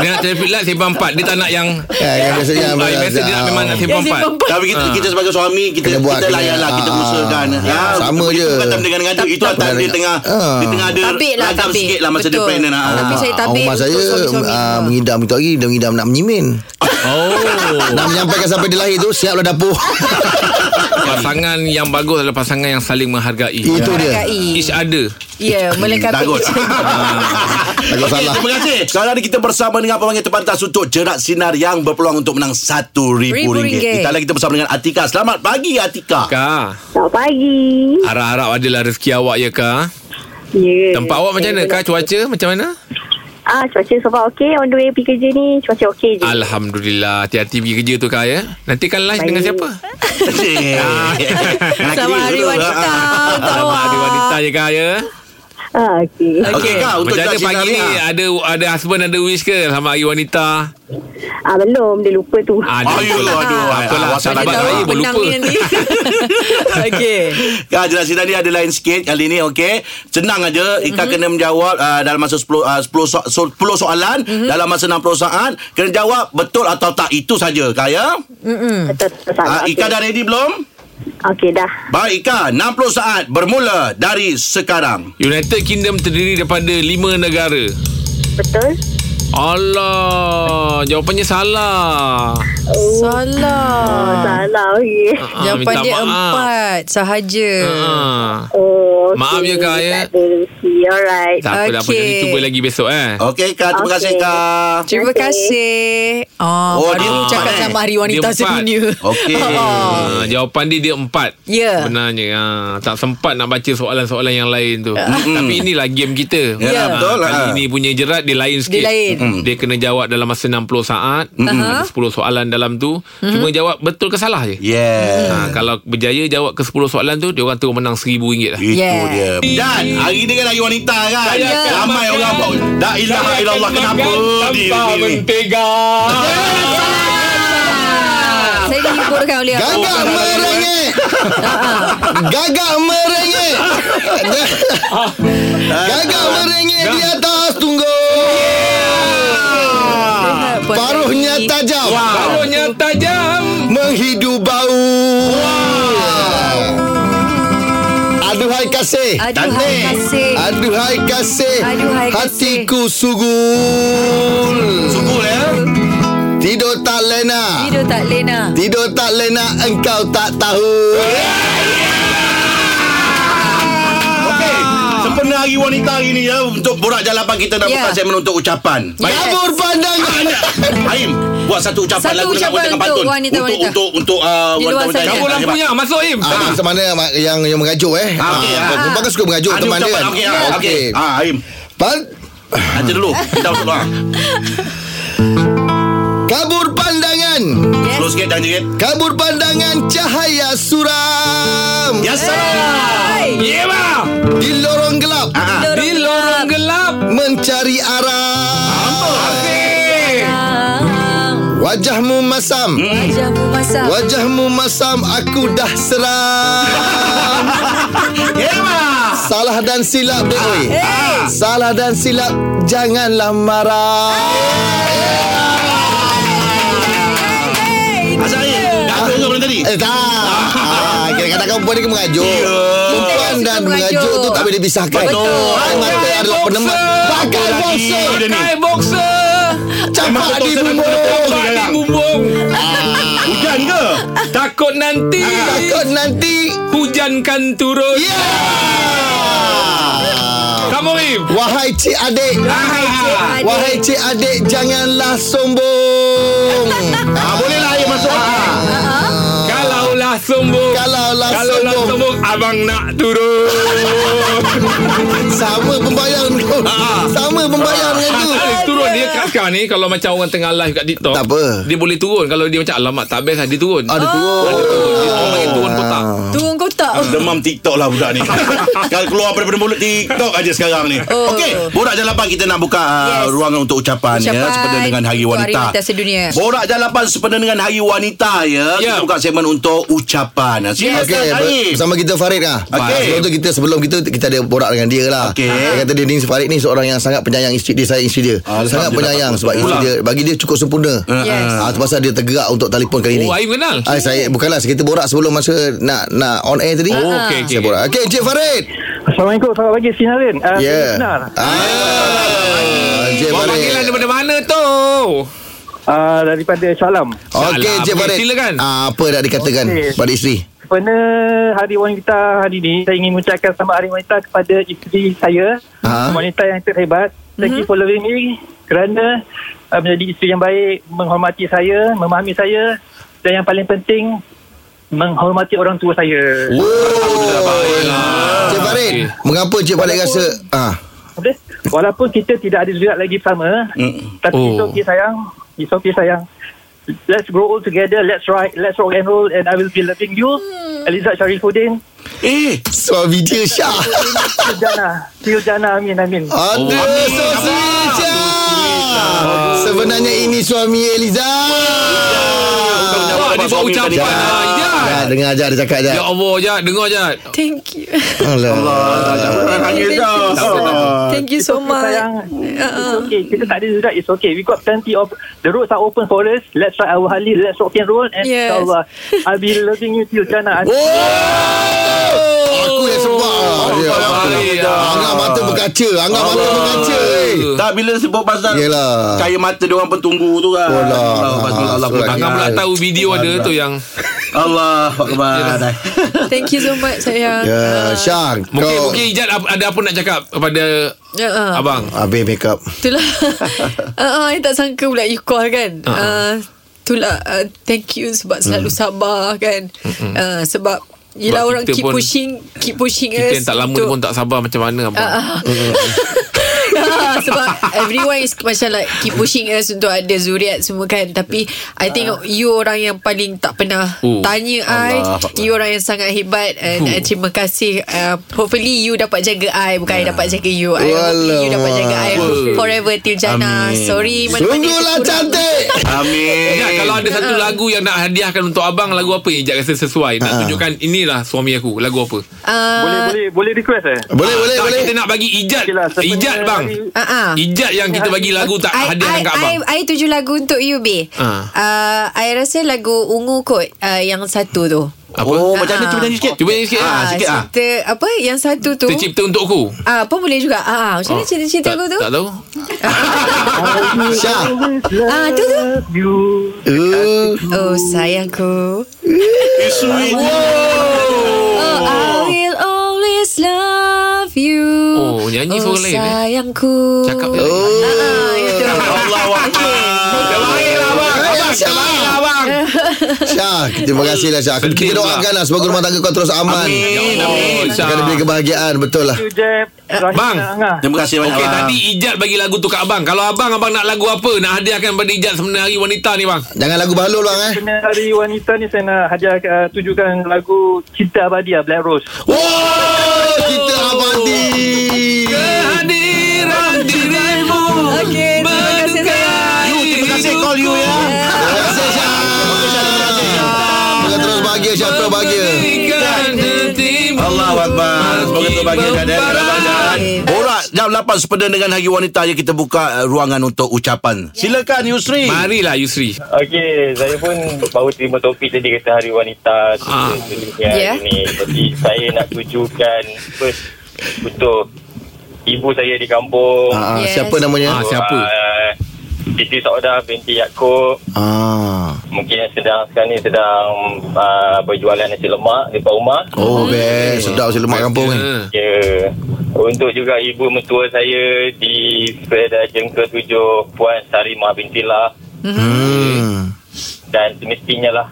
Speaker 4: Dia nak traffic light sembang empat Dia tak nak yang
Speaker 3: Ya, yang biasanya
Speaker 4: Ah, yang biasa dia nak memang nak sembang
Speaker 2: Yang
Speaker 4: empat
Speaker 2: sembang empat.
Speaker 1: Tapi kita,
Speaker 4: Ah.
Speaker 1: kita sebagai suami Kita
Speaker 3: Kena buat,
Speaker 1: kita
Speaker 3: kena-
Speaker 1: layan lah Kita
Speaker 3: ah,
Speaker 1: usahakan
Speaker 3: ah.
Speaker 1: Ya,
Speaker 3: Sama
Speaker 1: betul-
Speaker 3: je.
Speaker 1: Bukan tak dengan ngada Itu
Speaker 3: tak-
Speaker 1: atas dia
Speaker 3: tak-
Speaker 1: tengah
Speaker 3: ah.
Speaker 1: Dia tengah ada
Speaker 2: Tabik lah
Speaker 1: Ragam
Speaker 2: tabik.
Speaker 1: sikit lah Masa dia
Speaker 2: Betul.
Speaker 1: pregnant ah.
Speaker 2: Tapi saya
Speaker 3: Ah,
Speaker 2: tabik
Speaker 3: rumah
Speaker 2: untuk
Speaker 3: saya
Speaker 2: suami-suami
Speaker 3: ah,
Speaker 2: semua.
Speaker 3: mengidam itu hari dia mengidam nak menyimin.
Speaker 4: Oh
Speaker 3: Nak menyampaikan sampai dia lahir tu siaplah dapur.
Speaker 4: Pasangan yang bagus adalah pasangan yang saling menghargai
Speaker 3: Itu dia.
Speaker 2: Hargai.
Speaker 4: Each other
Speaker 2: Ya melengkapi
Speaker 1: Takut
Speaker 3: Takut
Speaker 1: Okey,
Speaker 3: salah.
Speaker 1: terima kasih Sekarang ni kita bersama dengan pemanggil terpantas Untuk jerat sinar yang berpeluang Untuk menang
Speaker 2: Ribu ringgit.
Speaker 1: RM1,000 Kita lagi kita bersama dengan Atika Selamat pagi Atika
Speaker 4: Kak
Speaker 8: Selamat pagi.
Speaker 4: Harap-harap adalah rezeki awak ya Kak
Speaker 8: Ya.
Speaker 4: Tempat awak macam mana Kak cuaca macam mana
Speaker 8: Ah, cuaca so far okey. On the way pergi kerja ni, cuaca okey je.
Speaker 4: Alhamdulillah Hati-hati pergi kerja tu Kak ya Nanti kan lunch
Speaker 8: Baik.
Speaker 4: dengan siapa
Speaker 2: Selamat hari wanita Untuk
Speaker 4: Alamak
Speaker 2: awak
Speaker 4: ada wanita je Kak ya
Speaker 8: Ah, okey.
Speaker 1: Okey Kak untuk
Speaker 4: Macam
Speaker 1: jerat sinar
Speaker 4: mana pagi
Speaker 1: ni
Speaker 4: ni
Speaker 1: ah.
Speaker 4: Ada ada husband ada wish ke Selamat hari wanita
Speaker 8: Ah, belum. Dia lupa tu.
Speaker 4: Ah, dia
Speaker 1: Aduh, Uh,
Speaker 4: lupa.
Speaker 1: lah, aduh, lah.
Speaker 4: Apalah,
Speaker 1: awak
Speaker 4: sahabat
Speaker 1: tak
Speaker 2: Ada
Speaker 1: tahu
Speaker 4: saya
Speaker 2: tahu
Speaker 4: pun
Speaker 2: menang
Speaker 4: lupa.
Speaker 2: ni nanti Okey
Speaker 1: Kak jelas sinar ni ada lain sikit Kali ni okey Senang aja
Speaker 2: Mhm.
Speaker 1: Ika kena menjawab uh, Dalam masa 10, uh, 10, so, so, 10 soalan
Speaker 2: Mhm.
Speaker 1: Dalam masa 60 saat Kena jawab Betul atau tak Itu saja Kak ya
Speaker 8: Betul, betul, salah.
Speaker 1: Ah, Ika dah ready belum?
Speaker 8: Okey, dah.
Speaker 1: Baik Ika 60 saat Bermula dari sekarang
Speaker 4: United Kingdom terdiri daripada lima negara.
Speaker 8: Betul.
Speaker 4: Allah, jawapannya salah.
Speaker 8: Oh,
Speaker 2: Salah
Speaker 8: salah. Okey.
Speaker 4: Ah,
Speaker 2: Jawapan
Speaker 4: minta
Speaker 2: dia
Speaker 4: maaf.
Speaker 2: empat Sahaja
Speaker 4: Ah.
Speaker 8: Oh,
Speaker 4: Maaf
Speaker 8: okey.
Speaker 4: ya, Kak, ya.
Speaker 8: Tak ada rezeki. Alright.
Speaker 4: Tak apa, okay. tak apa.
Speaker 2: Okey.
Speaker 4: Jadi cuba lagi besok eh.
Speaker 1: Okey Kak Terima
Speaker 8: Okey.
Speaker 1: kasih Kak
Speaker 2: Terima kasih Ah,
Speaker 1: Oh,
Speaker 2: oh,
Speaker 1: dia
Speaker 2: Baru
Speaker 1: empat,
Speaker 2: cakap
Speaker 1: eh?
Speaker 2: sama hari wanita
Speaker 4: Dia empat.
Speaker 2: sedunia
Speaker 1: Okey
Speaker 2: Ah.
Speaker 4: Ah, jawapan dia dia empat
Speaker 2: Ya.
Speaker 4: Sebenarnya ah, Tak sempat nak baca soalan-soalan yang lain tu Tapi inilah game kita
Speaker 1: Hmm. Ya,
Speaker 4: Ah,
Speaker 1: betul lah. Hmm.
Speaker 4: Kali ini punya jerat dia lain sikit
Speaker 2: Dia lain. Ah.
Speaker 4: Dia kena jawab dalam masa 60 saat Ada 10 soalan dalam tu Cuma jawab betul ke salah
Speaker 1: Ya.
Speaker 4: je
Speaker 1: Yeah
Speaker 4: Ah, Kalau berjaya jawab ke 10 soalan tu Dia orang terus menang RM1,000 lah
Speaker 1: Itu
Speaker 2: Yeah.
Speaker 1: dia Dan hari ni kan hari wanita kan
Speaker 4: Saya akan
Speaker 1: Ramai
Speaker 4: makan.
Speaker 1: orang buat La ilaha illallah Kenapa dia ni
Speaker 4: mentega
Speaker 2: Saya dihiburkan oleh awak.
Speaker 3: Gagak merengek. Gagak merengek. Gagak merengek di atas tunggu.
Speaker 2: Ah, puan
Speaker 3: Paruhnya
Speaker 2: Siti.
Speaker 3: tajam.
Speaker 4: Barunya tajam
Speaker 3: Menghidu bau. Aduhai kasih.
Speaker 2: Aduhai kasih
Speaker 3: Aduhai kasih
Speaker 2: Aduhai kasih.
Speaker 3: Hatiku sugul
Speaker 1: Sungguh ya
Speaker 3: Tidur tak lena
Speaker 2: Tidur tak Lena
Speaker 3: Tidur tak lena Engkau tak tahu
Speaker 1: Okey, sempena hari wanita hari ni ya untuk borak jalapan kita nak
Speaker 2: Ah. Ya.
Speaker 1: buka segmen untuk ucapan. Baik.
Speaker 3: Kabur pandangan
Speaker 1: Haim, buat satu ucapan
Speaker 2: Satu
Speaker 1: lagu dengan
Speaker 2: ucapan
Speaker 1: dengan
Speaker 2: untuk
Speaker 1: pantun.
Speaker 2: wanita-
Speaker 1: untuk,
Speaker 2: wanita.
Speaker 1: untuk untuk uh,
Speaker 2: Di luar
Speaker 1: wanita-wanita.
Speaker 2: sana.
Speaker 4: Cabut
Speaker 1: yang
Speaker 4: lampunya Masuk Im
Speaker 3: Ah, macam mana mak- yang yang mengajuk eh?
Speaker 1: Ah, okey, ah.
Speaker 3: Sebab kan suka mengajuk
Speaker 1: Ah, ni
Speaker 3: teman dia.
Speaker 1: ucapan
Speaker 3: kan?
Speaker 1: okey. ah, Okey. Ah, Haim.
Speaker 3: Pan-
Speaker 1: Nanti dulu. Kita masuk dulu. ah.
Speaker 3: kabur pandangan.
Speaker 1: Slow sikit dan sikit.
Speaker 3: Kabur pandangan cahaya suram.
Speaker 1: Yes. sir.
Speaker 4: Yeah bang
Speaker 3: Di lorong gelap
Speaker 1: Ah,
Speaker 4: Di lorong gelap
Speaker 3: mencari arah. Wajahmu masam.
Speaker 2: Wajahmu masak
Speaker 3: Wajahmu masam aku dah seram. Ya, Salah dan silap dek oi. Salah dan silap janganlah marah.
Speaker 1: Azrael.
Speaker 2: Ya.
Speaker 1: tadi?
Speaker 3: Eh tak ah, Kadang-kadang perempuan ni mengajuk
Speaker 2: Eh.
Speaker 3: Perempuan
Speaker 2: Suka
Speaker 3: dan
Speaker 2: mengajuk.
Speaker 3: mengajuk tu tak boleh dipisahkan
Speaker 1: Betul.
Speaker 3: Air mata adalah penemat Pakai
Speaker 1: Lagi
Speaker 3: boxer
Speaker 1: dia ni.
Speaker 4: Pakai boxer
Speaker 1: Oh,
Speaker 3: Campak
Speaker 1: Memang
Speaker 3: di
Speaker 1: betul,
Speaker 3: bumbung
Speaker 1: memang betul.
Speaker 4: Cepat di bumbung
Speaker 1: Hujan ke?
Speaker 4: Takut nanti
Speaker 3: Takut nanti
Speaker 4: Hujan kan turun
Speaker 3: Ya
Speaker 4: Kamu Im
Speaker 3: Wahai cik adik Ah. Wahai cik adik Janganlah sombong
Speaker 1: Ah, bolehlah air masuk. Ah.
Speaker 4: Kalaulah sombong
Speaker 3: Kalaulah
Speaker 4: Kalaulah
Speaker 3: sombong.
Speaker 4: sombong Abang nak turun
Speaker 3: Sama pembayang tu
Speaker 4: Ah,
Speaker 3: Sama pembayang dengan tu
Speaker 4: Tak boleh turun dia kat sekarang ni Kalau macam orang tengah live kat TikTok
Speaker 3: Tak apa. Oh,
Speaker 4: Dia boleh turun Kalau dia macam Alamak tak best lah Dia turun
Speaker 3: Ada turun
Speaker 4: Dia turun Dia orang panggil turun kotak
Speaker 3: Ah.
Speaker 2: Turun kotak
Speaker 1: Demam TikTok lah budak ni Kalau keluar daripada mulut TikTok aja sekarang ni
Speaker 2: Oh.
Speaker 1: Okey Borak Jalan 8 kita nak buka yes.
Speaker 2: Yes.
Speaker 1: ruangan untuk ucapan, ya
Speaker 2: Ucapan
Speaker 1: Sepenuh dengan Hari
Speaker 2: untuk
Speaker 1: Wanita
Speaker 2: Hari Wanita Sedunia.
Speaker 1: Borak Jalan 8 sepenuh dengan Hari Wanita ya
Speaker 4: Ya.
Speaker 1: Kita buka segmen untuk ucapan Silakan
Speaker 3: Okey,
Speaker 1: okay,
Speaker 3: ber- bersama kita Farid lah.
Speaker 1: Okey.
Speaker 3: Sebelum tu kita sebelum kita kita ada borak dengan dia lah.
Speaker 1: Okey.
Speaker 3: Dia kata dia ni Farid ni seorang yang sangat penyayang isteri dia, saya isteri dia.
Speaker 1: Alhamdulillah.
Speaker 3: sangat penyayang sebab isteri dia bagi dia cukup sempurna.
Speaker 2: Yes.
Speaker 3: Ah, tu pasal dia tergerak untuk telefon kali ni.
Speaker 4: Oh Aim kenal
Speaker 3: Ah, saya bukanlah kita borak sebelum masa nak nak on air tadi. Ah.
Speaker 4: Oh, okey, okey.
Speaker 3: Saya borak. Okey, Encik Farid.
Speaker 9: Assalamualaikum Selamat pagi Sinarin uh,
Speaker 3: Ya. Yeah. Ah. Encik
Speaker 4: Bawa
Speaker 3: Farid.
Speaker 4: panggilan daripada mana tu
Speaker 9: uh, Daripada Salam
Speaker 3: Okey, Encik
Speaker 4: Salam.
Speaker 3: Farid.
Speaker 4: Silakan.
Speaker 3: Ah, apa nak dikatakan
Speaker 9: Okey.
Speaker 3: pada isteri?
Speaker 9: Sempena Hari Wanita hari ini Saya ingin mengucapkan selamat Hari Wanita kepada isteri saya
Speaker 3: Ha?
Speaker 9: Wanita yang terhebat Thank you for loving me Kerana uh, menjadi isteri yang baik Menghormati saya Memahami saya Dan yang paling penting Menghormati orang tua saya
Speaker 3: Encik Farid,
Speaker 4: lah. Okey.
Speaker 3: mengapa Encik Farid rasa ah
Speaker 9: Boleh? Walaupun kita tidak ada zuriat lagi bersama
Speaker 1: Mm.
Speaker 9: Tapi
Speaker 4: Oh.
Speaker 9: oh. it's okay sayang It's okay sayang Let's grow old together Let's ride Let's rock and roll And I will be loving you Eliza Sharifuddin
Speaker 1: Eh
Speaker 3: suami dia Syah.
Speaker 9: Till Jana Till Jana Amin Amin
Speaker 3: Ada oh, sosija. Sebenarnya ini suami Eliza.
Speaker 4: Wah, dia buat
Speaker 1: suami
Speaker 4: ucapan
Speaker 1: tadi.
Speaker 4: Ah, Jad.
Speaker 3: Ya, dengar aja dia cakap aja.
Speaker 4: Ya Allah Jad Dengar Jad
Speaker 2: Thank you
Speaker 3: Allah.
Speaker 1: Jangan nangis dah
Speaker 2: Thank you so
Speaker 9: Okay,
Speaker 2: much Uh-uh.
Speaker 9: sayang
Speaker 2: Ah.
Speaker 9: It's okay Kita tak ada zuriat It's okay We got plenty of The roads are open for us Let's try our Harley Let's rock and roll And
Speaker 2: Yes.
Speaker 9: insyaAllah I'll be loving you Till Jana Amin
Speaker 3: Aku yang sebab. Ya,
Speaker 4: Abang
Speaker 3: aku.
Speaker 4: Farid, ah.
Speaker 3: Angah mata berkaca, angah mata berkaca. eh.
Speaker 1: Tak bila sebut pasal
Speaker 3: Yelah.
Speaker 1: Cahaya mata dia orang pun tunggu tu kan
Speaker 3: Oh, lah.
Speaker 1: Allah Allah
Speaker 3: Surat
Speaker 4: Angah pula
Speaker 3: Ya.
Speaker 4: tahu video ada tu yang
Speaker 1: Allah Akbar
Speaker 2: Thank you so much sayang Uh-uh.
Speaker 3: Ya, Syah.
Speaker 4: Mungkin
Speaker 3: kau-
Speaker 4: mungkin Jad ap- ada apa nak cakap Kepada
Speaker 2: Ya, ah.
Speaker 4: Abang
Speaker 3: Habis make up.
Speaker 2: Itulah uh, I tak sangka pula you call kan
Speaker 4: Ah. Hmm.
Speaker 2: uh, Itulah uh, Thank you sebab selalu sabar kan uh, Sebab Yelah
Speaker 4: Sebab
Speaker 2: orang
Speaker 4: kita
Speaker 2: keep
Speaker 4: pun-
Speaker 2: pushing Keep pushing us
Speaker 4: Kita yang tak lama
Speaker 2: untuk-
Speaker 4: pun tak sabar Macam mana Abang
Speaker 2: Ah, sebab everyone is macam like keep pushing us untuk ada zuriat semua kan tapi I think you orang yang paling tak pernah
Speaker 4: Oh,
Speaker 2: tanya I you orang yang sangat hebat and I terima kasih uh, hopefully you dapat jaga I bukan I dapat jaga you I hopefully you dapat jaga I forever till jana sorry mana-mana
Speaker 3: Sungguhlah
Speaker 2: kekurang-
Speaker 3: cantik.
Speaker 1: Amin
Speaker 4: Ejak, Eh, kalau ada
Speaker 2: Ah,
Speaker 4: satu lagu yang nak hadiahkan untuk abang, lagu apa yang Ejak rasa sesuai?
Speaker 3: Ah.
Speaker 4: Nak tunjukkan inilah suami aku. Lagu apa? Ah,
Speaker 2: Ah,
Speaker 9: Boleh boleh boleh request eh
Speaker 3: Boleh, boleh,
Speaker 4: tak,
Speaker 3: boleh.
Speaker 4: Kita nak bagi Ijat.
Speaker 9: Okey lah, sebenarnya
Speaker 4: Ijat bang.
Speaker 9: hari-
Speaker 2: ah, ah.
Speaker 4: Ijat yang kita bagi lagu tak
Speaker 2: I,
Speaker 4: hadiahkan
Speaker 2: I,
Speaker 4: kat abang.
Speaker 2: I, I tujuh lagu untuk you Be
Speaker 4: Ah.
Speaker 2: uh, I rasa lagu Ungu kot uh, Yang satu tu
Speaker 4: Apa?
Speaker 1: Oh macam mana
Speaker 2: Ah.
Speaker 1: cuba nyanyi sikit
Speaker 4: Cuba nyanyi sikit.
Speaker 1: Ah, sikit ah.
Speaker 2: cerita, Apa yang satu tu
Speaker 4: Tercipta untukku.
Speaker 2: Ah, pun boleh juga. Ah, macam mana cerita-cerita
Speaker 4: Oh,
Speaker 2: aku tu?
Speaker 4: Tak- Tak tahu.
Speaker 3: Syah.
Speaker 2: Ah, tu tu.
Speaker 9: You
Speaker 3: Eh,
Speaker 2: Oh, sayangku. Oh, I will always love you.
Speaker 4: Oh, nyanyi suara lain, eh?
Speaker 2: sayangku.
Speaker 4: Cakap je.
Speaker 2: Oh. Ah, itu.
Speaker 1: Allah
Speaker 4: lah,
Speaker 3: Abang, abang.
Speaker 2: Eh,
Speaker 3: Syah, terima kasihlah Syah. Kita- Kita
Speaker 4: Sedih pula.
Speaker 3: doakanlah semoga rumah tangga kau terus aman.
Speaker 4: Amin.
Speaker 2: eh,
Speaker 4: Amin.
Speaker 3: Akan lebih kebahagiaan, betul lah.
Speaker 9: You Jeb
Speaker 4: Bang.
Speaker 1: Terima kasih banyak
Speaker 4: Okey,
Speaker 1: abang.
Speaker 4: tadi Ijat bagi lagu tu kat abang. Kalau abang, abang nak lagu apa? Nak hadiahkan pada Ijat sebenarnya hari wanita ni bang.
Speaker 3: Jangan lagu bahalul bang eh.
Speaker 9: Kena hari wanita ni Saya nak hadiah uh, Tujukan lagu Cinta Abadi lah, Black Rose
Speaker 3: Wow, kita abadi.
Speaker 4: Kehadiran dirimu.
Speaker 2: Okey, terima kasih sayang.
Speaker 1: You, terima kasih call you ya.
Speaker 3: Terima kasih Syah. Semoga terus bahagia, Syah terus bahagia.
Speaker 4: Berikan hatimu.
Speaker 1: Allah Akbar. Semoga tu bahagia dan ada
Speaker 4: Berbarai.
Speaker 1: kebahagiaan. Borak jam 8 sepeda dengan Hari Wanita je kita buka uh, ruangan untuk ucapan.
Speaker 9: Ya.
Speaker 1: Silakan Yusri.
Speaker 4: Marilah Yusri.
Speaker 9: Okey, saya pun baru terima topik tadi kata Hari Wanita
Speaker 4: Ah.
Speaker 9: ah. dunia
Speaker 2: Ya.
Speaker 9: yeah. ni. Jadi saya nak tujukan first untuk ibu saya di kampung.
Speaker 3: Ah,
Speaker 2: Yes.
Speaker 3: yes. Siapa namanya?
Speaker 4: Ah, siapa?
Speaker 9: Uh, Siti Saudah binti Yaakob
Speaker 3: Ah.
Speaker 9: Mungkin yang sedang sekarang ni sedang uh, berjualan nasi lemak depan rumah
Speaker 3: Oh, best. Sedap si lemak kampung eh. ni.
Speaker 4: Ah.
Speaker 9: Ya Untuk juga ibu mentua saya di Federation ke-7 Puan Sarimah binti Lah
Speaker 3: Hmm.
Speaker 9: dan semestinya lah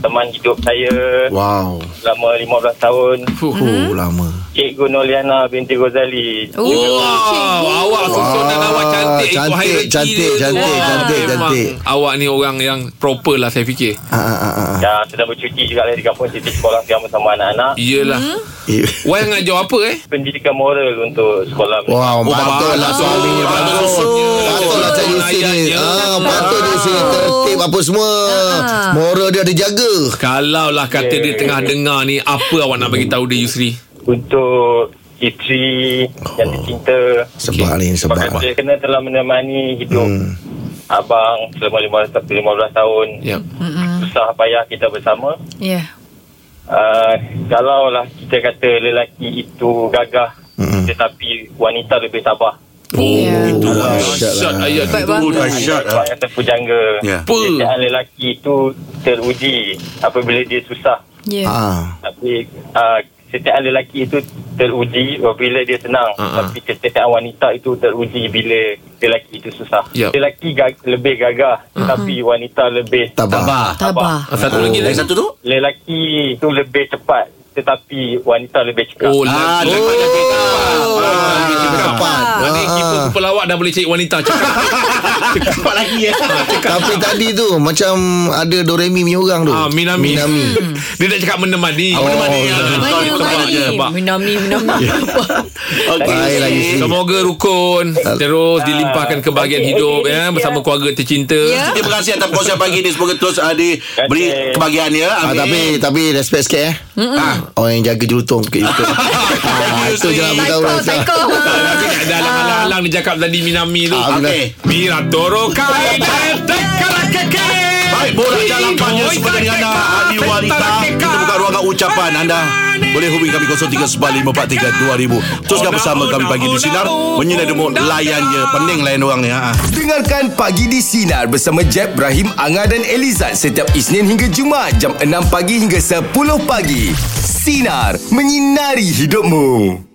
Speaker 9: teman hidup saya
Speaker 3: Wow.
Speaker 9: selama 15 tahun
Speaker 3: Oh, lama.
Speaker 9: Cikgu Noliana binti Ghazali
Speaker 2: Oh,
Speaker 4: Wow, awak susunan
Speaker 3: Wah,
Speaker 4: awak cantik. Itu
Speaker 3: cantik,
Speaker 4: hierarchy dia
Speaker 3: cantik,
Speaker 4: tu.
Speaker 3: cantik,
Speaker 4: Wah,
Speaker 3: cantik,
Speaker 4: memang
Speaker 3: cantik.
Speaker 4: Awak ni orang yang proper lah saya fikir.
Speaker 3: Ah, ah, ah, ah, ah.
Speaker 9: dan sedang bercuti juga lah di kampung Siti Sekolah Siam bersama anak-anak
Speaker 4: Iyalah.
Speaker 3: Eh,
Speaker 4: Wan ngajar apa eh?
Speaker 9: pendidikan moral untuk sekolah
Speaker 3: Wow, patut lah suaminya bagus. Patut lah Cik Yusri ni. Ah, patut dia sini tertib apa semua. Moral dia ada jaga.
Speaker 4: Kalau lah kata dia tengah dengar ni Apa awak nak bagi tahu dia Yusri
Speaker 9: untuk isteri yang tercinta
Speaker 3: Sebab ni
Speaker 9: sebab
Speaker 3: sebab.
Speaker 9: saya kena telah menemani hidup abang selama 15, 15 tahun
Speaker 4: Yap
Speaker 9: susah payah kita bersama
Speaker 2: Ya.
Speaker 9: uh, kalaulah kita kata lelaki itu gagah
Speaker 3: Mm-mm.
Speaker 9: tetapi wanita lebih sabar
Speaker 4: Oh,
Speaker 2: Ya.
Speaker 3: Itulah.
Speaker 4: Asyad ayat
Speaker 2: Baik
Speaker 4: tu
Speaker 1: Oh,
Speaker 2: banget.
Speaker 1: Dahsyat. ah.
Speaker 9: Orang kata pujangga
Speaker 1: Ya.
Speaker 4: Apa?
Speaker 9: Kesetiaan lelaki itu teruji apabila dia susah
Speaker 2: Ya.
Speaker 3: Ah,
Speaker 9: tapi uh, kesetiaan lelaki itu teruji apabila dia senang
Speaker 4: Ha, ha.
Speaker 9: tapi kesetiaan wanita itu teruji bila lelaki itu susah
Speaker 4: Yap.
Speaker 9: lelaki gag- lebih gagah tapi wanita lebih
Speaker 3: tabah.
Speaker 2: Tabah.
Speaker 4: Ah, Satu lagi
Speaker 1: Oh. Yang satu tu?
Speaker 9: lelaki itu lebih cepat tetapi wanita lebih cekap
Speaker 4: Oh lah
Speaker 1: Oh.
Speaker 3: Dapat.
Speaker 4: Ini
Speaker 3: Ah,
Speaker 4: keeper
Speaker 3: ah.
Speaker 4: keeper lawak dah boleh cari wanita cakap.
Speaker 1: Cepat lagi ya.
Speaker 3: Tapi tadi tu macam ada Doremi punya orang tu.
Speaker 4: Ah, Minami.
Speaker 3: Minami. Hmm.
Speaker 4: Dia nak cakap menemani.
Speaker 3: Oh,
Speaker 4: menemani.
Speaker 3: ya.
Speaker 4: Ah,
Speaker 2: Mana
Speaker 4: sebab- sebab dia,
Speaker 2: Mani?
Speaker 4: sebab-
Speaker 2: Minami, minami.
Speaker 4: Ya.
Speaker 3: Baiklah, Yusri.
Speaker 4: Semoga rukun terus dilimpahkan kebahagiaan
Speaker 9: okey,
Speaker 4: hidup
Speaker 9: okey,
Speaker 4: ya
Speaker 9: okey,
Speaker 4: bersama
Speaker 9: ya.
Speaker 4: keluarga tercinta.
Speaker 2: Ya.
Speaker 1: Terima kasih atas perkongsian pagi ni. Semoga terus uh, diberi
Speaker 9: Terima kasih.
Speaker 1: kebahagiaan ya.
Speaker 3: Ah, tapi tapi respect sikit eh. Ah, orang yang jaga jurutung sikit jurutung. ah, itu je nak beritahu.
Speaker 2: Taiko,
Speaker 3: Razak.
Speaker 2: taiko.
Speaker 4: Ada alang-alang dia cakap tadi Minami tu.
Speaker 3: Ah,
Speaker 1: Okey.
Speaker 4: Mira Toro Kaiden Tekarakeke.
Speaker 1: Baik, borak jalan panjang seperti dengan anda Hari Wanita Kita buka ruangan ucapan anda Boleh hubungi kami 0395432000 Teruskan bersama kami pagi di Sinar Menyinai demo Layan je Pening layan orang ni ha.
Speaker 10: Dengarkan Pagi di Sinar bersama Jeb, Ibrahim, Anga dan Elizad setiap Isnin hingga Jumaat jam 6 pagi hingga 10 pagi. Sinar. Menyinari hidupmu.